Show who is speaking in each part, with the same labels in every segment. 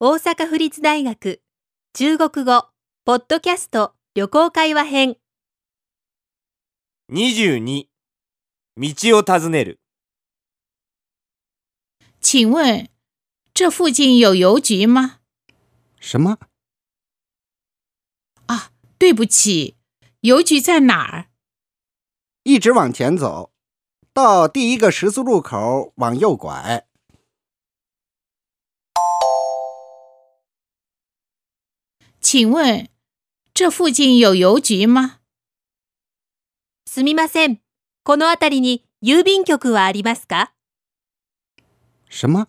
Speaker 1: 大阪府立大学中国語ポッドキャスト旅行会話編
Speaker 2: 22道を尋ねる
Speaker 3: 请问，这附近有邮局吗？
Speaker 4: 什么？
Speaker 3: 啊，对不起，邮局在哪儿？
Speaker 4: 一直往前走，到第一个十字路口往右拐。
Speaker 3: 请问，这附近有邮局吗？
Speaker 1: すみませんこの辺りに郵便局はありますか
Speaker 4: 什么？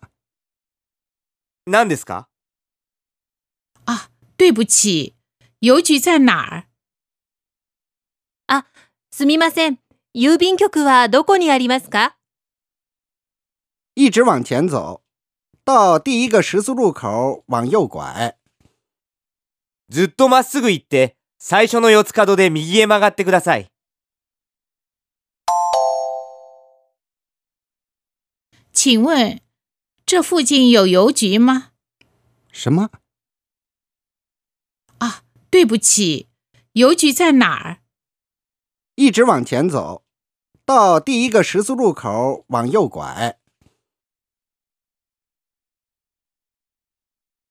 Speaker 2: 何ですか
Speaker 3: 啊，对不起，邮局在哪儿？
Speaker 1: すみません郵便局はどこにありますか
Speaker 4: 一直往前走，到第一个十字路口往右拐。
Speaker 2: ずっとまっすぐ行って最初の四つ角で右へ曲がってください
Speaker 3: 请问，这附近有邮局吗？
Speaker 4: 什么？
Speaker 3: 啊，对不起，邮局在哪儿？
Speaker 4: 一直往前走，到第一个十字路口往右拐。